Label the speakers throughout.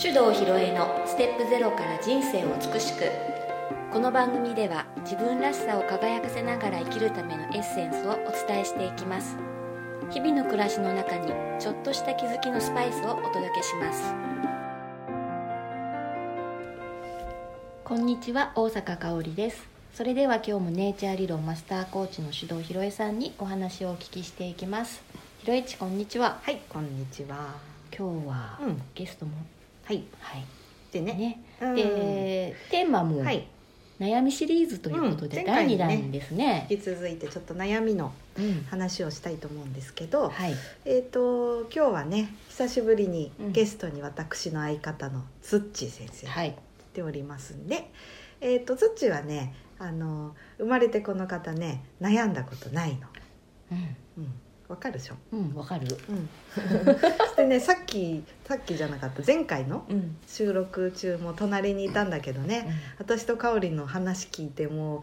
Speaker 1: 手動ひろえのステップゼロから人生を美しくこの番組では自分らしさを輝かせながら生きるためのエッセンスをお伝えしていきます日々の暮らしの中にちょっとした気づきのスパイスをお届けしますこんにちは大阪香織ですそれでは今日もネイチャー理論マスターコーチの指導ひろえさんにお話をお聞きしていきますひろえちこんにちは
Speaker 2: はい、こんにちは。
Speaker 1: 今日は
Speaker 2: うん、
Speaker 1: ゲストも
Speaker 2: はい、
Speaker 1: はい
Speaker 2: でね。
Speaker 1: ね、
Speaker 2: うん
Speaker 1: でテーマも
Speaker 2: はい、
Speaker 1: 悩みシリーズということで、
Speaker 2: うん前
Speaker 1: 第
Speaker 2: 回
Speaker 1: 2
Speaker 2: ね
Speaker 1: 弾ですね
Speaker 2: 引き続いてちょっと悩みの
Speaker 1: うん
Speaker 2: 話をしたいと思うんですけど、
Speaker 1: はい
Speaker 2: えっ、と今日はね、久しぶりに
Speaker 1: うん
Speaker 2: ゲストに私の相方のツッチー先生が
Speaker 1: はい
Speaker 2: 来ておりますんで、えっ、とツッチーはね、あの生まれてこの方ね、悩んだことないの。うん、わかるでしょ。
Speaker 1: うんうんわかる
Speaker 2: うん。そしてね、さっきさっきじゃなかった前回の
Speaker 1: うん
Speaker 2: 収録中も隣にいたんだけどね。私と香りの話聞いてもう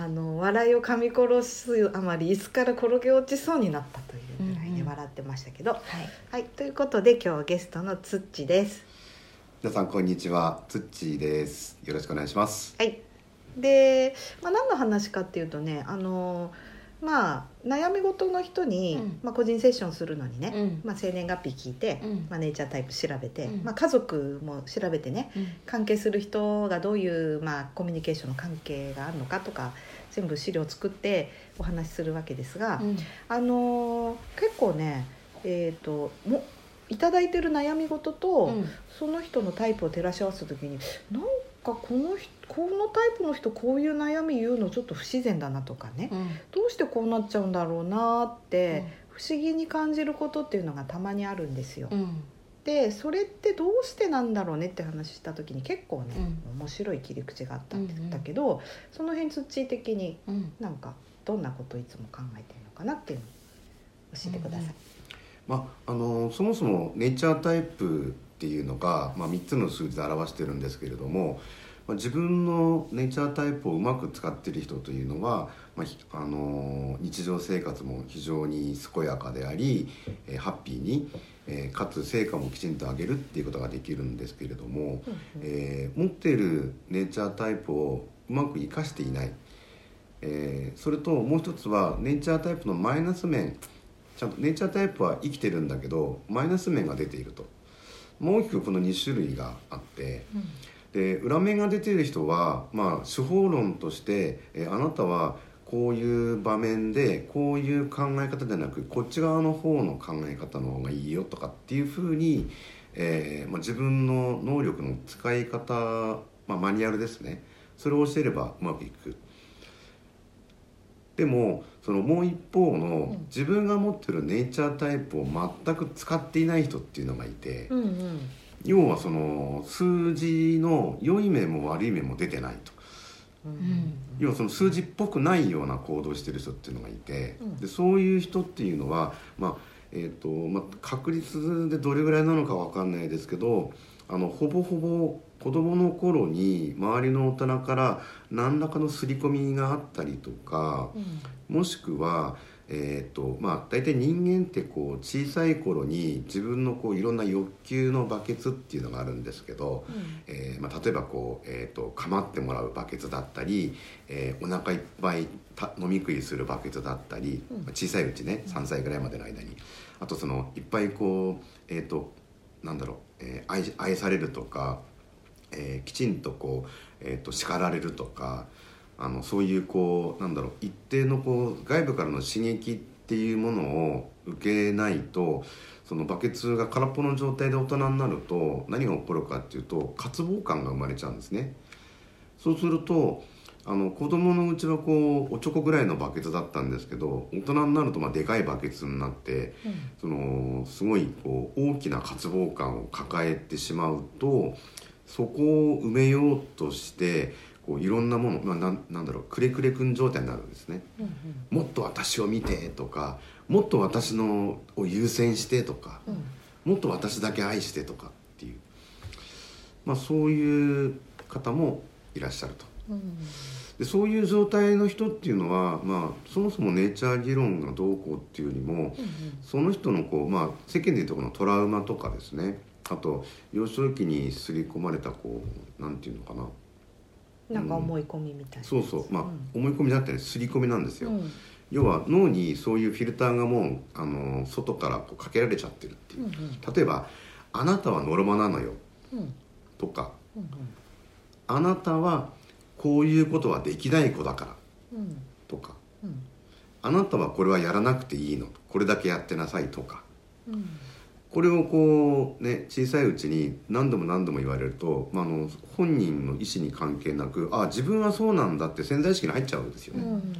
Speaker 2: あの笑いを噛み殺すあまり椅子から転げ落ちそうになったというぐらい
Speaker 1: うんう
Speaker 2: で
Speaker 1: ん
Speaker 2: 笑ってましたけど、
Speaker 1: はい
Speaker 2: はいということで今日はゲストのつっちです
Speaker 3: 皆さんこんにちはつっちーですよろしくお願いします
Speaker 2: はいで、まあ、何の話かっていうとねあのまあ悩み事の人に、
Speaker 1: うん
Speaker 2: まあ、個人セッションするのにね、
Speaker 1: うん
Speaker 2: まあ、生年月日聞いて、
Speaker 1: うん
Speaker 2: まあ、ネイチャータイプ調べて、
Speaker 1: うん
Speaker 2: まあ、家族も調べてね
Speaker 1: うん
Speaker 2: 関係する人がどういう、まあ、コミュニケーションの関係があるのかとか全部資料を作ってお話しするわけですが、
Speaker 1: うん
Speaker 2: あのー結構ねえっ、ともいただいてる悩み事と、
Speaker 1: うん
Speaker 2: その人のタイプを照らし合わせた時になんかこの人このタイプの人こういう悩み言うのちょっと不自然だなとかね、
Speaker 1: うん
Speaker 2: どうしてこうなっちゃうんだろうなって、不思議に感じることっていうのがたまにあるんですよ。
Speaker 1: うん
Speaker 2: でそれってどうしてなんだろうねって話した時に結構ね、
Speaker 1: う
Speaker 2: 面白い切り口があったって言ったけど、その辺土地的に
Speaker 1: うん
Speaker 2: なんかどんなことをいつも考えてるのかなっていうのを教えてください。
Speaker 3: まああのそもそもネイチャータイプっていうのが、まあ、3つの数字で表してるんですけれども、まあ、自分のネイチャータイプをうまく使ってる人というのは、まあひあの日常生活も非常に健やかであり、えーハッピーに、えーかつ成果もきちんと上げるっていうことができるんですけれども、えー持っているネイチャータイプをうまく生かしていない、えーそれともう一つはネイチャータイプのマイナス面ちゃんとネイチャータイプは生きてるんだけどマイナス面が出ているともう大きくこの2種類があってで裏面が出ている人は、まあ、手法論として、えーあなたはこういう場面でこういう考え方じゃなくこっち側の方の考え方の方がいいよとかっていうふうに、えーまあ、自分の能力の使い方、まあ、マニュアルですねそれを教えればうまくいく。でもそのもう一方の自分が持ってるネイチャータイプを全く使っていない人っていうのがいて、
Speaker 2: うんうん
Speaker 3: 要はその数字の良い面も悪い面も出てないと
Speaker 2: うん
Speaker 3: 要はその数字っぽくないような行動をしてる人っていうのがいて、
Speaker 2: うん
Speaker 3: でそういう人っていうのは、まあえーとまあ、確率でどれぐらいなのかわかんないですけどあのほぼほぼ子供の頃に周りの大人から何らかの刷り込みがあったりとか
Speaker 2: うん
Speaker 3: もしくは、えーとまあ、大体人間ってこう小さい頃に自分のこういろんな欲求のバケツっていうのがあるんですけど、えーまあ、例えばこう、えー、と構ってもらうバケツだったり、えーお腹いっぱいた飲み食いするバケツだったり、
Speaker 2: うん
Speaker 3: まあ小さいうちね3歳ぐらいまでの間にあとそのいっぱいこうえっ、となんだろう、えー愛し愛されるとか、えーきちんとこう、えー、と叱られるとかあのそういうこうなんだろう一定のこう外部からの刺激っていうものを受けないとそのバケツが空っぽの状態で大人になると何が起こるかっていうと渇望感が生まれちゃうんですね。そうするとあの子供のうちはこうおちょこぐらいのバケツだったんですけど大人になるとまあでかいバケツになってそのすごいこう大きな渇望感を抱えてしまうとそこを埋めようとしてこういろんなもの、まあ、なんなんだろうくれくれくん状態になるんですね。
Speaker 2: うん
Speaker 3: もっと私を見てとかもっと私のを優先してとか、
Speaker 2: うん
Speaker 3: もっと私だけ愛してとかっていう、まあ、そういう方もいらっしゃると。
Speaker 2: うん
Speaker 3: でそういう状態の人っていうのは、まあ、そもそもネイチャー議論がどうこうっていうよりも、その人のこう、まあ、世間でいうとこのトラウマとかですねあと幼少期に刷り込まれたこうなんていうのかな
Speaker 2: なんか思い込みみたいな、
Speaker 3: そうそうまあ、
Speaker 2: ん
Speaker 3: 思い込みだったり刷り込みなんですよ、
Speaker 2: うん
Speaker 3: 要は脳にそういうフィルターがもうあの外からこうかけられちゃってるってい
Speaker 2: う
Speaker 3: う、
Speaker 2: ん
Speaker 3: 例えば「あなたはノルマなのよ
Speaker 2: うんうん」
Speaker 3: とか
Speaker 2: うん
Speaker 3: 「あなたはこういうことはできない子だから
Speaker 2: うん」
Speaker 3: とか
Speaker 2: うん
Speaker 3: 「あなたはこれはやらなくていいの」「これだけやってなさい」とか
Speaker 2: うん
Speaker 3: これをこうね小さいうちに何度も何度も言われると、まあ、あの本人の意思に関係なくあ自分はそうなんだって潜在意識に入っちゃうんですよね、
Speaker 2: うん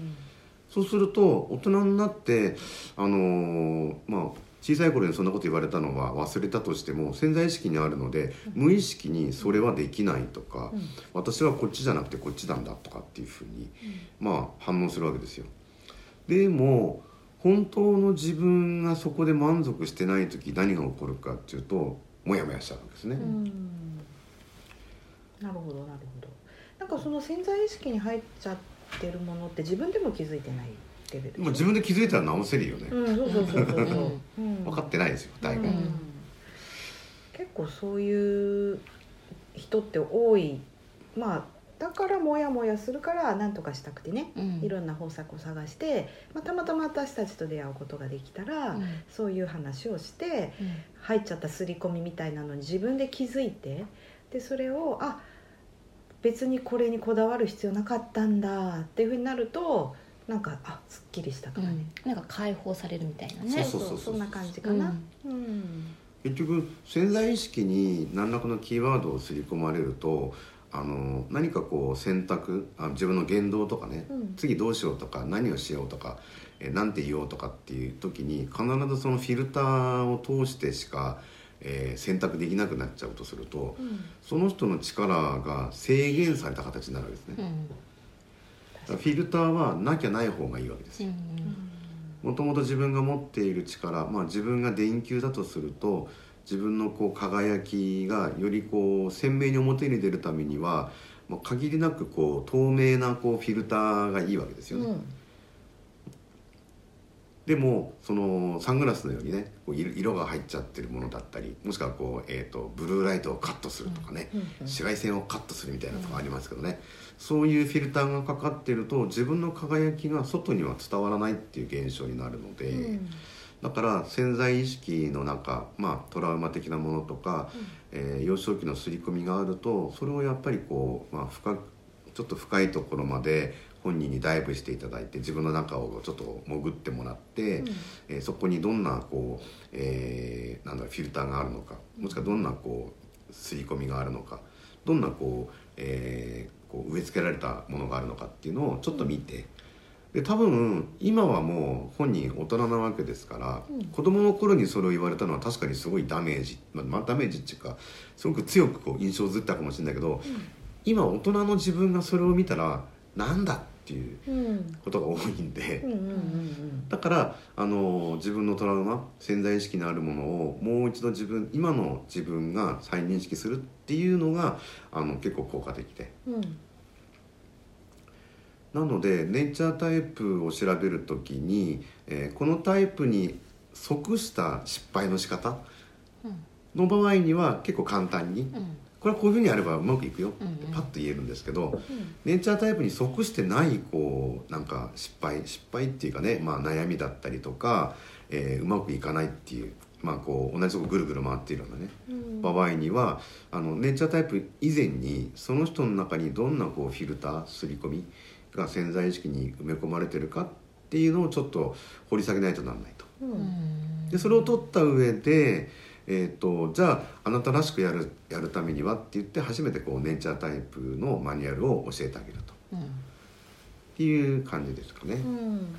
Speaker 3: そうすると大人になってあのーまあ小さい頃にそんなこと言われたのは忘れたとしても潜在意識にあるので無意識にそれはできないとか、
Speaker 2: うん
Speaker 3: 私はこっちじゃなくてこっちなんだとかっていうふうに、まあ反応するわけですよ。でも本当の自分がそこで満足してない時何が起こるかっていうとモヤモヤしちゃうわけですね。
Speaker 2: うんなるほどなるほどなんかその潜在意識に入っちゃってるものって自分でも気づいてないレベルでしょ
Speaker 3: まあ自分で気づいたら直せるよね。
Speaker 2: うんそうそうそうそうそう、うん
Speaker 3: 分かってないですよ大概。
Speaker 2: うん結構そういう人って多いまあだからモヤモヤするから何とかしたくてね
Speaker 1: うん
Speaker 2: いろんな方策を探して、まあ、たまたま私たちと出会うことができたら、
Speaker 1: うん
Speaker 2: そういう話をして
Speaker 1: うん
Speaker 2: 入っちゃった刷り込みみたいなのに自分で気づいてでそれをあ別にこれにこだわる必要なかったんだっていうふうになるとなんかあすっきりしたからね、
Speaker 1: うんなんか解放されるみたいなね
Speaker 3: そう
Speaker 2: そうそんな感じかな。うん
Speaker 3: 結局潜在意識に何らかのキーワードを刷り込まれるとあの何かこう選択あ自分の言動とかね、
Speaker 2: うん
Speaker 3: 次どうしようとか何をしようとかえ何て言おうとかっていう時に必ずそのフィルターを通してしか、えー選択できなくなっちゃうとすると、
Speaker 2: うん
Speaker 3: その人の力が制限された形になるわけですね、
Speaker 1: う
Speaker 3: だか
Speaker 1: ん
Speaker 3: らフィルターはなきゃない方がいいわけですよ
Speaker 1: うん
Speaker 3: もともと自分が持っている力、まあ、自分が電球だとすると自分のこう輝きがよりこう鮮明に表に出るためには、まあ、限りなくこう透明なこうフィルターがいいわけですよね、
Speaker 2: うん
Speaker 3: でもそのサングラスのようにねこう色色が入っちゃってるものだったりもしくはこう、えー、とブルーライトをカットするとかね、
Speaker 2: うんうん
Speaker 3: 紫外線をカットするみたいなとかありますけどね、そういうフィルターがかかってると自分の輝きが外には伝わらないっていう現象になるので。
Speaker 2: うん
Speaker 3: だから潜在意識の中、まあ、トラウマ的なものとか、えー幼少期の刷り込みがあるとそれをやっぱりこう、まあ、深くちょっと深いところまで本人にダイブしていただいて自分の中をちょっと潜ってもらって、えーそこにどんなこう、えーなんだろうフィルターがあるのかもしくはどんなこう刷り込みがあるのかどんなこう,、えーこう植え付けられたものがあるのかっていうのをちょっと見て。で多分今はもう本人大人なわけですから、子供の頃にそれを言われたのは確かにすごいダメージ、まあまあ、ダメージっていうかすごく強くこう印象づったかもしれないけど、今大人の自分がそれを見たらなんだっていう
Speaker 2: うん
Speaker 3: ことが多いんで、
Speaker 2: うんうんうん
Speaker 3: だからあの自分のトラウマ潜在意識のあるものをもう一度自分今の自分が再認識するっていうのがあの結構効果的で。
Speaker 2: うんうん
Speaker 3: なのでネイチャータイプを調べるときに、えーこのタイプに即した失敗の仕方の場合には結構簡単に
Speaker 1: うん
Speaker 3: これはこういうふうにやればうまくいくよって
Speaker 1: うんうん
Speaker 3: パッと言えるんですけど、ネイチャータイプに即してないこうなんか失敗失敗っていうかね、まあ、悩みだったりとか、えーうまくいかないっていう。まあ、こう同じとこぐるぐる回っているようなね、
Speaker 2: うん
Speaker 3: 場合にはあのネイチャータイプ以前にその人の中にどんなこうフィルター刷り込みが潜在意識に埋め込まれてるかっていうのをちょっと掘り下げないとなんないと。
Speaker 2: う
Speaker 1: うんん
Speaker 3: でそれを取った上で、えー、とじゃああなたらしくやるやるためにはって言って初めてこうネイチャータイプのマニュアルを教えてあげると
Speaker 1: うん
Speaker 3: っていう感じですかね。
Speaker 2: うん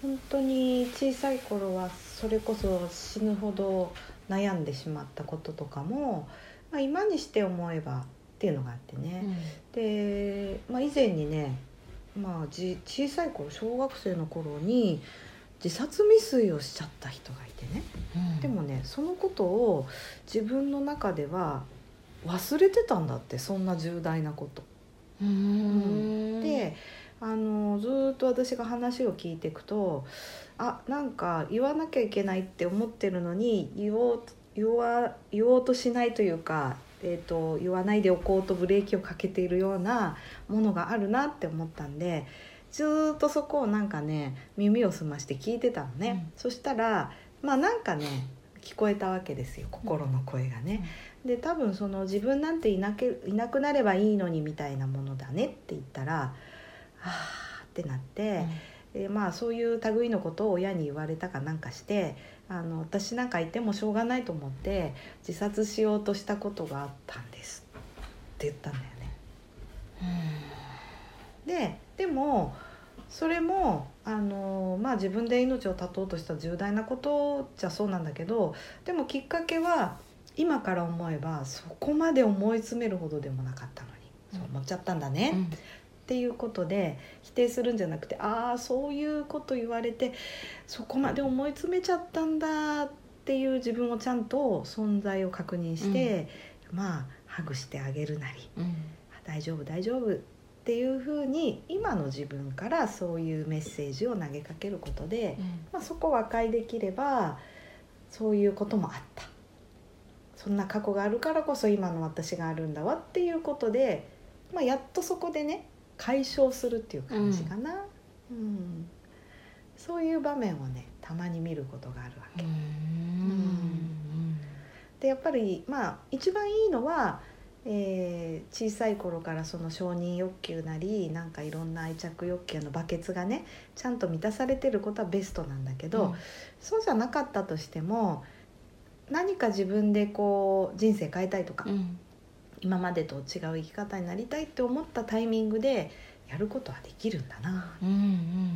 Speaker 2: 本当に小さい頃はそれこそ死ぬほど悩んでしまったこととかも、まあ、今にして思えばっていうのがあってね、で、まあ、以前にね、まあ、じ小さい頃小学生の頃に自殺未遂をしちゃった人がいてね
Speaker 1: うん
Speaker 2: でもねそのことを自分の中では忘れてたんだってそんな重大なこと。
Speaker 1: うん
Speaker 2: であのずーっと私が話を聞いていくとあなんか言わなきゃいけないって思ってるのに言おうと言わ言おうとしないというか、えー、と言わないでおこうとブレーキをかけているようなものがあるなって思ったんでずーっとそこをなんかね耳を澄まして聞いてたのね、そしたらまあなんかね聞こえたわけですよ心の声がね。で多分その自分なんていなけいなくなればいいのにみたいなものだねって言ったら「あーってなって。でまあそういう類のことを親に言われたかなんかしてあの私なんかいてもしょうがないと思って自殺しようとしたことがあったんですって言ったんだよね。ででもそれもあの、まあ、自分で命を絶とうとした重大なことじゃそうなんだけどでもきっかけは今から思えばそこまで思い詰めるほどでもなかったのに、そう思っちゃったんだねっていうことで否定するんじゃなくてああそういうこと言われてそこまで思い詰めちゃったんだっていう自分をちゃんと存在を確認して、まあハグしてあげるなりあ大丈夫大丈夫っていうふうに今の自分からそういうメッセージを投げかけることで、まあ、そこを和解できればそういうこともあったそんな過去があるからこそ今の私があるんだわっていうことで、まあ、やっとそこでね解消するっていう感じかな、うんそういう場面をねたまに見ることがあるわけ。でやっぱりまあ一番いいのは、えー小さい頃からその承認欲求なりなんかいろんな愛着欲求のバケツがねちゃんと満たされてることはベストなんだけど、そうじゃなかったとしても何か自分でこう人生変えたいとか、今までと違う生き方になりたいって思ったタイミングでやることはできるんだな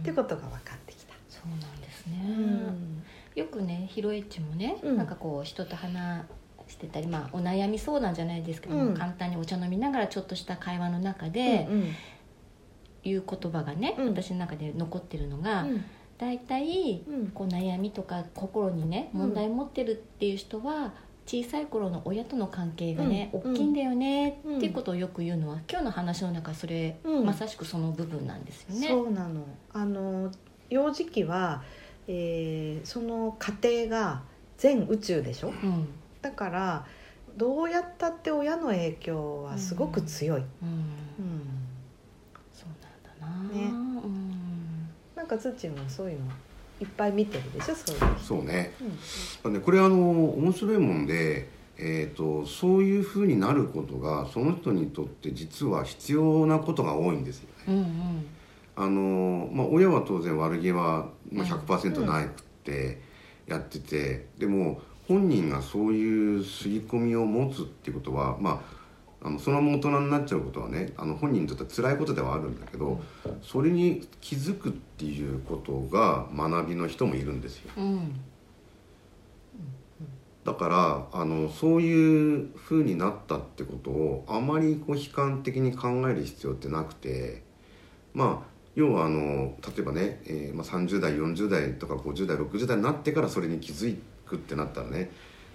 Speaker 2: ってことが分かってきた。
Speaker 1: そうなんですね。よくねヒロエッチもね、
Speaker 2: うん
Speaker 1: なんかこう人と話してたり、まあ、お悩み相談じゃないですけど、
Speaker 2: うん
Speaker 1: 簡単にお茶飲みながらちょっとした会話の中で
Speaker 2: うん
Speaker 1: 言う言葉がね、
Speaker 2: うん
Speaker 1: 私の中で残ってるのが、
Speaker 2: うん
Speaker 1: だいたい
Speaker 2: うん
Speaker 1: こう悩みとか心にね
Speaker 2: うん
Speaker 1: 問題持ってるっていう人は小さい頃の親との関係がね、
Speaker 2: うん
Speaker 1: 大きいんだよね、
Speaker 2: うん
Speaker 1: っていうことをよく言うのは今日の話の中それ、
Speaker 2: うん
Speaker 1: まさしくその部分なんですよね。
Speaker 2: そうなのあの幼児期は、えーその家庭が全宇宙でしょ
Speaker 1: うん
Speaker 2: だからどうやったって親の影響はすごく強い、
Speaker 1: うん
Speaker 2: うん
Speaker 1: そうなんだな、
Speaker 2: ね
Speaker 1: うん
Speaker 2: なんか土もそういうのいっぱい見てるでしょそういうの
Speaker 3: そうね
Speaker 2: うん
Speaker 3: まあねこれあの面白いもんで、えー、とそういうふうになることがその人にとって実は必要なことが多いんですよね。
Speaker 1: うんうん
Speaker 3: あのまあ、親は当然悪気は、まあ、
Speaker 2: う
Speaker 3: 100%
Speaker 2: ん
Speaker 3: なくてやってて、でも本人がそういう吸い込みを持つっていうことは、まあ、あのそのまま大人になっちゃうことはねあの本人にとっては辛いことではあるんだけど、それに気づくっていうことが学びの人もいるんですよ。
Speaker 1: うん
Speaker 3: だからあのそういう風になったってことをあまりこう悲観的に考える必要ってなくてまあ要はあの例えばね、えーまあ、30代40代とか50代60代になってからそれに気づくってなったらね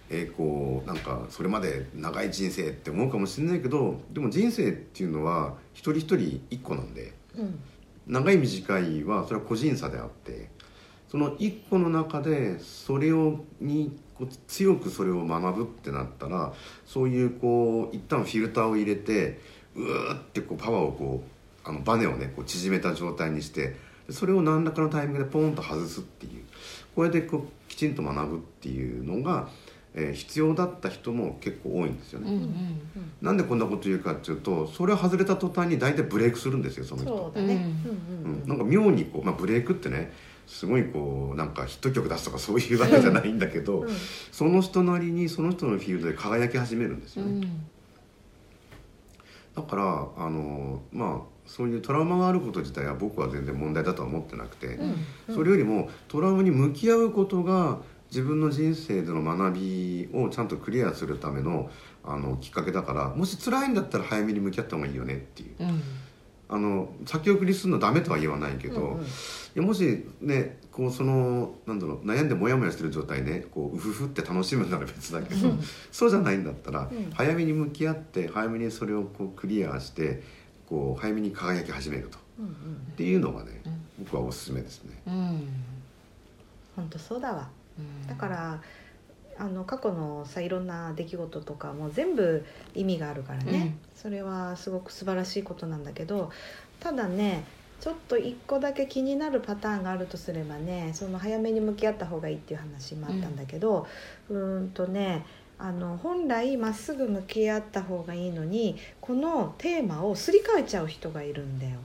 Speaker 3: えーこうなんかそれまで長い人生って思うかもしれないけどでも人生っていうのは一人一人一個なんで
Speaker 2: うん
Speaker 3: 長い短いはそれは個人差であってその一個の中でそれをにこう強くそれを学ぶってなったらそういうこう一旦フィルターを入れてうーってこうパワーをこうあのバネをねこう縮めた状態にしてでそれを何らかのタイミングでポンと外すっていうこれでこうきちんと学ぶっていうのが、えー必要だった人も結構多いんですよ
Speaker 1: うん
Speaker 3: ね。
Speaker 1: うん
Speaker 3: なんでこんなこと言うかっていうとそれを外れた途端に大体ブレイクするんですよその人。
Speaker 2: そうだね、
Speaker 1: うん
Speaker 2: うんうんうん
Speaker 3: なんか妙にこう、まあ、ブレイクってねすごいこうなんかヒット曲出すとかそういうわけじゃないんだけど、
Speaker 2: うん
Speaker 3: その人なりにその人のフィールドで輝き始めるんです
Speaker 1: う
Speaker 3: よね、
Speaker 1: ん
Speaker 3: だからあのまあそういうトラウマがあること自体は僕は全然問題だとは思ってなくて、
Speaker 2: うん
Speaker 3: それよりもトラウマに向き合うことが自分の人生での学びをちゃんとクリアするためのあのきっかけだからもし辛いんだったら早めに向き合った方がいいよねっていう
Speaker 1: うん
Speaker 3: あの先送りするのダメとは言わないけど、
Speaker 2: うんうん
Speaker 3: いやもしねこうそのなんだろう悩んでモヤモヤしてる状態で、こううふふって楽しむなら別だけどそうじゃないんだったら、
Speaker 2: うん
Speaker 3: 早めに向き合って早めにそれをこうクリアしてこう早めに輝き始めると
Speaker 2: うんうん
Speaker 3: っていうのがね、
Speaker 1: うん
Speaker 3: 僕はおすすめですね。
Speaker 1: うん
Speaker 2: 本当そうだわ
Speaker 1: うん
Speaker 2: だからあの過去のさいろんな出来事とかも全部意味があるからね、
Speaker 1: うん
Speaker 2: それはすごく素晴らしいことなんだけどただねちょっと一個だけ気になるパターンがあるとすればねその早めに向き合った方がいいっていう話もあったんだけど、うーんとねあの本来まっすぐ向き合った方がいいのにこのテーマをすり替えちゃう人がいるんだよ。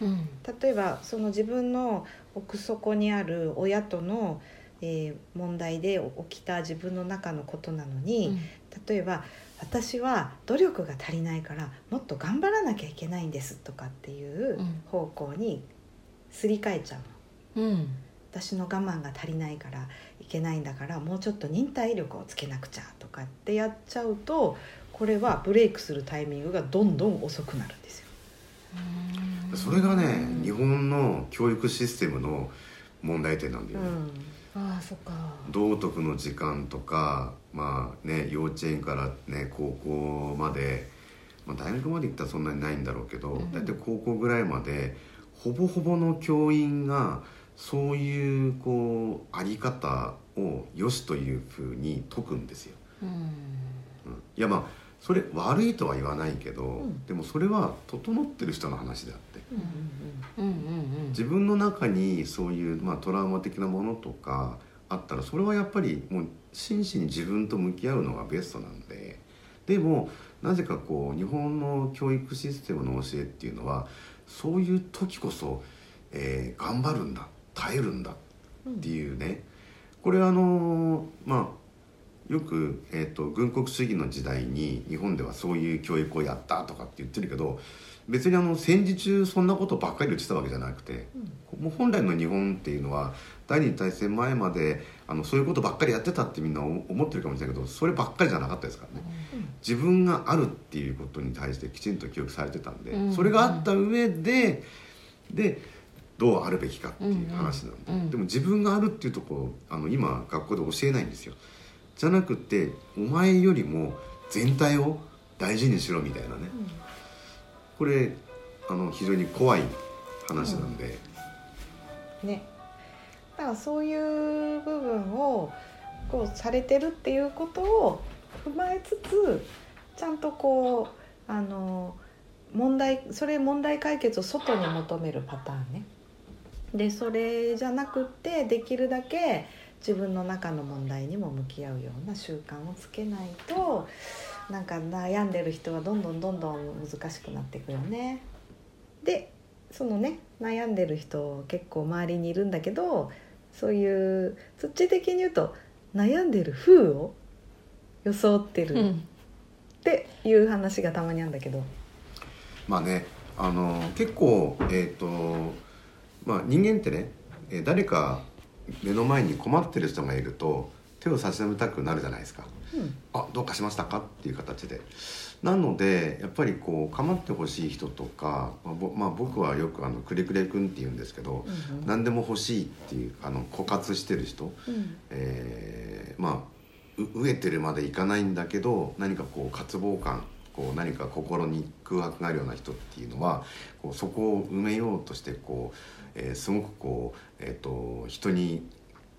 Speaker 1: うん
Speaker 2: 例えばその自分の奥底にある親との、えー問題で起きた自分の中のことなのに、例えば「私は努力が足りないからもっと頑張らなきゃいけないんです」とかっていう
Speaker 1: うん
Speaker 2: 方向にすり替えちゃうの。
Speaker 1: うん
Speaker 2: 私の我慢が足りないからいけないんだからもうちょっと忍耐力をつけなくちゃとかってやっちゃうとこれはブレイクするタイミングがどんどん遅くなるんですよ。
Speaker 3: それがね
Speaker 1: うん
Speaker 3: 日本の教育システムの問題点なんだ
Speaker 2: う
Speaker 3: よね、
Speaker 2: ん
Speaker 1: ああそっか
Speaker 3: 道徳の時間とかまあね幼稚園からね高校まで、まあ、大学まで行ったらそんなにないんだろうけど、
Speaker 1: うん
Speaker 3: 大体高校ぐらいまでほぼほぼの教員がそういうこうあり方を良しというふうに解くんですよ。
Speaker 1: うん
Speaker 3: うんいやまあそれ悪いとは言わないけど、
Speaker 2: ん
Speaker 3: でもそれは整ってる人の話であって
Speaker 2: うんうん
Speaker 1: うんうん
Speaker 3: 自分の中にそういう、まあ、トラウマ的なものとかあったらそれはやっぱりもう真摯に自分と向き合うのがベストなんででもなぜかこう日本の教育システムの教えっていうのはそういう時こそ、えー頑張るんだ耐えるんだ
Speaker 2: うん
Speaker 3: っていうねこれあのまあよく、えー、と軍国主義の時代に日本ではそういう教育をやったとかって言ってるけど別にあの戦時中そんなことばっかり言ってたわけじゃなくて
Speaker 2: うん
Speaker 3: もう本来の日本っていうのは第二次大戦前まであのそういうことばっかりやってたってみんな思思ってるかもしれないけどそればっかりじゃなかったですからね自分があるっていうことに対してきちんと記憶されてたんで、
Speaker 1: うん
Speaker 3: それがあった上ででどうあるべきかっていう話なん
Speaker 1: う
Speaker 3: で、
Speaker 1: んうん
Speaker 3: でも自分があるっていうとこあの今学校で教えないんですよじゃなくてお前よりも全体を大事にしろみたいなねこれあの非常に怖い話なんで、
Speaker 2: ねだからそういう部分をこうされてるっていうことを踏まえつつちゃんとこうあの問題それ問題解決を外に求めるパターンね。でそれじゃなくってできるだけ自分の中の問題にも向き合うような習慣をつけないとなんか悩んでる人はどんどんどんどん難しくなっていくよね。でそのね悩んでる人結構周りにいるんだけどそういうそっち的に言うと悩んでる風を装って
Speaker 1: う
Speaker 2: るっ
Speaker 1: ん
Speaker 2: ていう話がたまにあるんだけど、
Speaker 3: まあねあの結構えっ、とまあ人間ってねえー誰か目の前に困ってる人がいると手を差し伸べたくなるじゃないですか。あどうかしましたかっていう形でなのでやっぱりこう構ってほしい人とか、まあぼまあ、僕はよくあのくれくれくんって言うんですけど
Speaker 2: うん
Speaker 3: 何でも欲しいっていうあの枯渇してる人、
Speaker 2: うん
Speaker 3: えーまあう飢えてるまでいかないんだけど何かこう渇望感こう何か心に空白があるような人っていうのはこうそこを埋めようとしてこう、えーすごくこう、えー、と人に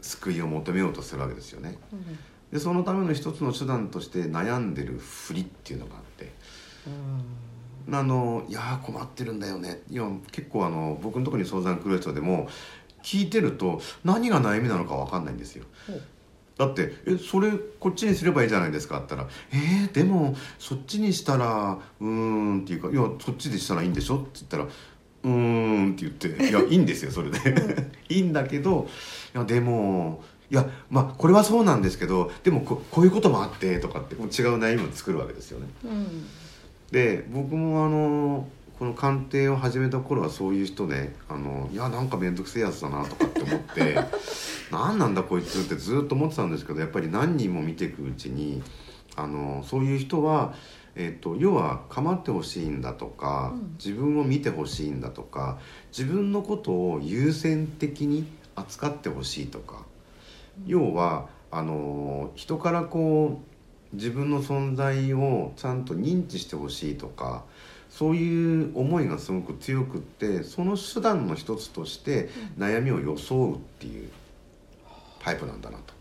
Speaker 3: 救いを求めようとするわけですよね。
Speaker 2: うん
Speaker 3: でそのための一つの手段として悩んでるふりっていうのがあってあの「いやー困ってるんだよね」いや結構あの僕のところに相談来る人でも聞いてると何が悩みなのか分かんないんですよ。だって「えそれこっちにすればいいじゃないですか」って言ったら「えー、でもそっちにしたらうーん」っていうか「いやそっちでしたらいいんでしょ」って言ったら「うーん」って言って「いやいいんですよそれで、いいんだけどいやでもいやまあこれはそうなんですけどでもここういうこともあって」とかってもう違う悩みを作るわけですよね。
Speaker 2: うん
Speaker 3: で僕もあのこの鑑定を始めた頃はそういう人ねあのいやなんか面倒くせえやつだなとかって思って 何なんだこいつってずっと思ってたんですけどやっぱり何人も見ていくうちにあのそういう人は、えっと要は構ってほしいんだとか、
Speaker 2: うん
Speaker 3: 自分を見てほしいんだとか自分のことを優先的に扱ってほしいとか、要はあの人からこう自分の存在をちゃんと認知してほしいとかそういう思いがすごく強くってその手段の一つとして悩みを装うっていうタイプなんだなと。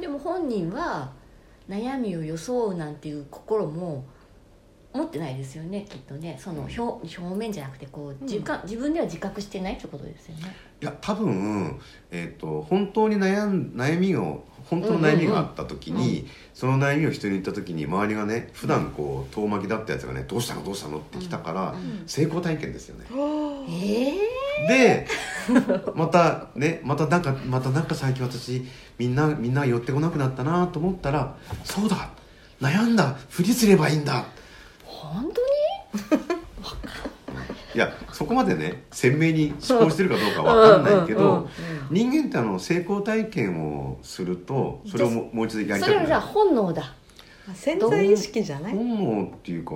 Speaker 1: でも本人は悩みを装うなんていう心も持ってないですよねきっとねその表,、表面じゃなくてこう自覚、自分では自覚してないってことですよね。
Speaker 3: いや多分、えー、と本当に悩ん悩みを本当の悩みがあった時に、その悩みを人に言った時に周りがね普段こう遠巻きだったやつがね「どうしたのどうしたの?」って来たから、
Speaker 1: うん
Speaker 3: 成功体験ですよね。
Speaker 2: おー
Speaker 1: え
Speaker 3: でまたねまたなんかまたなんか最近私みんなみんな寄ってこなくなったなと思ったら「そうだ悩んだふりすればいいんだ」
Speaker 1: ー、本当に
Speaker 3: いやそこまでね鮮明に思考してるかどうかわかんないけ
Speaker 1: うんうんうん
Speaker 3: ど人間ってあの成功体験をするとそれをももう一度やり
Speaker 1: そ
Speaker 3: たく
Speaker 1: れ
Speaker 3: な
Speaker 1: は
Speaker 3: る
Speaker 1: じゃあ本能だ
Speaker 2: あ潜在意識じゃない、
Speaker 3: 本能っていうか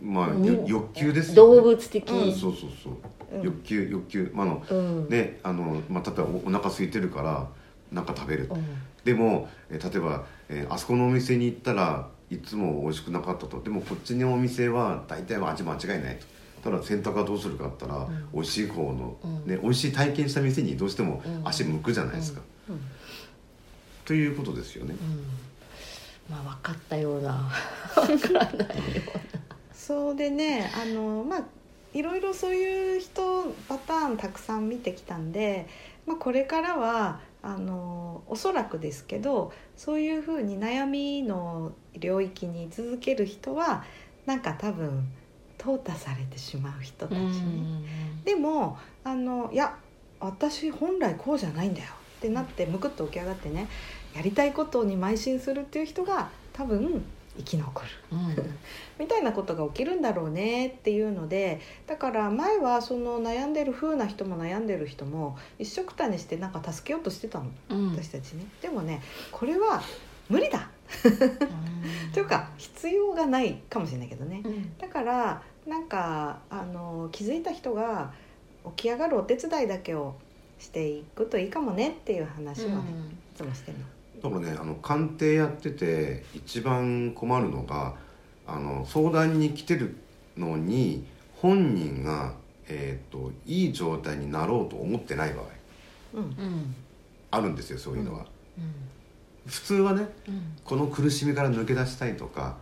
Speaker 3: まあ
Speaker 1: うん
Speaker 3: よ欲求です
Speaker 1: 動
Speaker 3: ね
Speaker 1: 物的、
Speaker 3: うんそうそうそう
Speaker 2: うん
Speaker 3: 欲求欲求、まああの
Speaker 1: うん
Speaker 3: ねあの、まあ、例えばおお腹空いてるからなんか食べる
Speaker 1: うん
Speaker 3: でもえー例えば、えーあそこのお店に行ったらいつも美味しくなかったとでもこっちのお店は大体は味間違いないとただ選択はどうするかって言ったら、
Speaker 1: うん
Speaker 3: 美味しい方の、
Speaker 1: うん
Speaker 3: ね、美味しい体験した店にどうしても
Speaker 1: うん
Speaker 3: 足向くじゃないですか、
Speaker 1: うんうん
Speaker 3: ということですよね、
Speaker 1: まあ分かったような分からないよ
Speaker 2: そうでねあのまあいろいろそういう人パターンたくさん見てきたんで、まあ、これからはあのおそらくですけどそういうふうに悩みの領域に居続ける人はなんか多分淘汰されてしまう人た
Speaker 1: う
Speaker 2: ち
Speaker 1: な
Speaker 2: ね。でもあのいや私本来こうじゃないんだよってなってむくっと起き上がってねやりたいことに邁進するっていう人が多分生き残るみたいなことが起きるんだろうねっていうのでだから前はその悩んでる風な人も悩んでる人も一緒くたにしてなんか助けようとしてたの
Speaker 1: うんうん
Speaker 2: 私たちねでもねこれは無理だ
Speaker 1: うん
Speaker 2: というか必要がないかもしれないけどね
Speaker 1: うん
Speaker 2: だからなんかあの気づいた人が起き上がるお手伝いだけをしていくといいかもねっていう話をね、いつもしてるの。
Speaker 3: だからねあの鑑定やってて一番困るのがあの相談に来てるのに本人が、えー、といい状態になろうと思ってない場合
Speaker 2: うん
Speaker 1: うんうん
Speaker 3: あるんですよそういうのは、
Speaker 1: うん
Speaker 3: 普通はね
Speaker 1: うん
Speaker 3: この苦しみから抜け出したいとか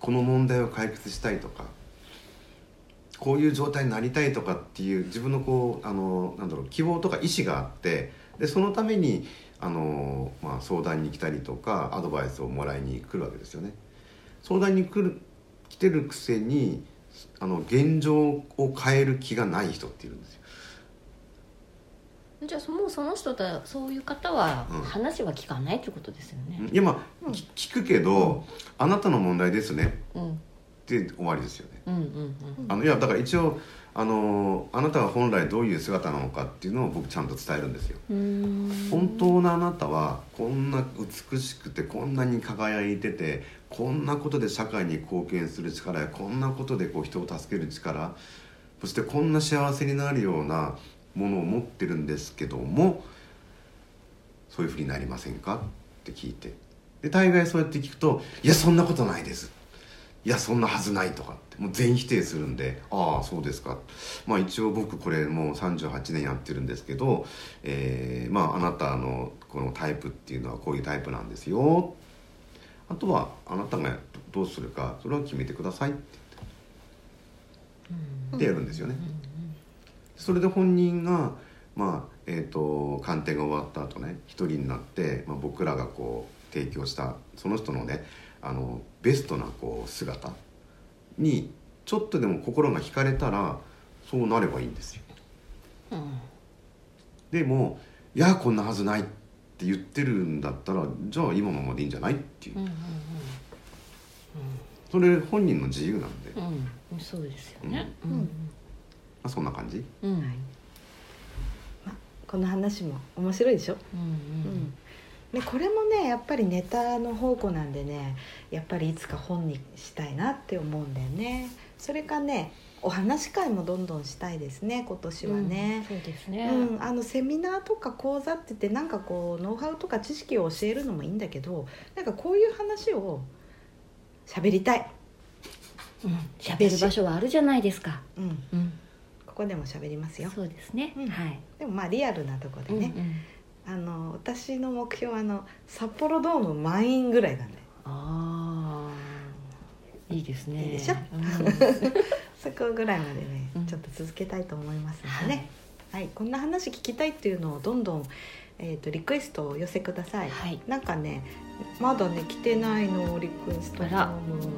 Speaker 3: この問題を解決したいとかこういう状態になりたいとかっていう自分のこうあのなんだろう希望とか意思があってでそのためにあの、まあ、相談に来たりとかアドバイスをもらいに来るわけですよね。相談に来る来てるくせにあの現状を変える気がない人っているんですよ。
Speaker 1: じゃあもうその人とはそういう方は
Speaker 3: うん
Speaker 1: 話は聞かないってことですよね、
Speaker 3: いやまあ、
Speaker 2: うん
Speaker 3: き聞くけど、あなたの問題ですね
Speaker 1: うん、うん
Speaker 3: って終わりですよね。
Speaker 1: うん
Speaker 3: あのいやだから一応あのあなたが本来どういう姿なのかっていうのを僕ちゃんと伝えるんですよ
Speaker 1: うんうん
Speaker 3: 本当のあなたはこんな美しくてこんなに輝いててこんなことで社会に貢献する力やこんなことでこう人を助ける力そしてこんな幸せになるようなものを持ってるんですけどもそういうふうになりませんかって聞いてで大概そうやって聞くと「いやそんなことないです」「いやそんなはずない」とかってもう全否定するんで「ああそうですか」まあ一応僕これもう38年やってるんですけど、えーまああなたのこのタイプっていうのはこういうタイプなんですよあとはあなたがどうするかそれは決めてくださいって
Speaker 1: うん
Speaker 3: 言ってやるんですよね。
Speaker 1: うん
Speaker 3: それで本人が、まあえー、と鑑定が終わった後ね一人になって、まあ、僕らがこう提供したその人のねあのベストなこう姿にちょっとでも心が惹かれたらそうなればいいんですよ。
Speaker 1: うん
Speaker 3: でも「いやこんなはずない」って言ってるんだったらじゃあ今のままでいいんじゃないっていう
Speaker 1: うん
Speaker 3: それ本人の自由なんで、ま
Speaker 1: うんうんそうですよね
Speaker 2: ん
Speaker 3: あ、そんな感じ
Speaker 1: うんうん
Speaker 2: はいこの話も面白いでしょ、
Speaker 1: うんうん
Speaker 2: でこれもねやっぱりネタの宝庫なんでねやっぱりいつか本にしたいなって思うんだよねそれかねお話し会もどんどんしたいですね今年はね、
Speaker 1: うんそうですね
Speaker 2: うん、あのセミナーとか講座って言ってなんかこうノウハウとか知識を教えるのもいいんだけどなんかこういう話を喋りたい、
Speaker 1: うん喋、る場所はあるじゃないですか
Speaker 2: うん、
Speaker 1: うん
Speaker 2: ここでも喋りますよ
Speaker 1: そうですね、
Speaker 2: うん
Speaker 1: はい
Speaker 2: でもまあリアルなとこでね、
Speaker 1: うん
Speaker 2: あの私の目標はあの札幌ドーム満員ぐらいなんで
Speaker 4: ああいいですね
Speaker 2: いいでしょ
Speaker 4: うん
Speaker 2: そこぐらいまでね、
Speaker 4: うん
Speaker 2: ちょっと続けたいと思いますのでね、はいこんな話聞きたいっていうのをどんどん、えー、とリクエストをお寄せください、
Speaker 4: はい
Speaker 2: なんかねまだね来てないのリクエスト
Speaker 4: あら
Speaker 2: う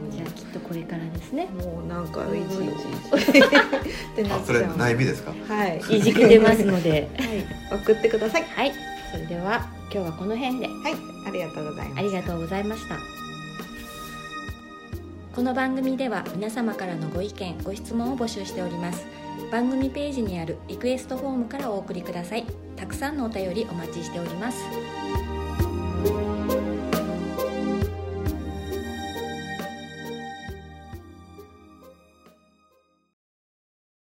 Speaker 2: ん
Speaker 4: じゃあきっとこれからですね
Speaker 2: もうなんかいじいじってな
Speaker 3: あ
Speaker 2: っ
Speaker 3: そ
Speaker 2: ち
Speaker 3: れ
Speaker 2: ゃう
Speaker 3: 内部ですか
Speaker 2: はい
Speaker 4: いじく出ますので
Speaker 2: はい、送ってください
Speaker 1: はいそれでは今日はこの辺で
Speaker 2: はいありがとうございました
Speaker 1: ありがとうございましたこの番組では皆様からのご意見ご質問を募集しております番組ページにあるリクエストフォームからお送りくださいたくさんのお便りお待ちしております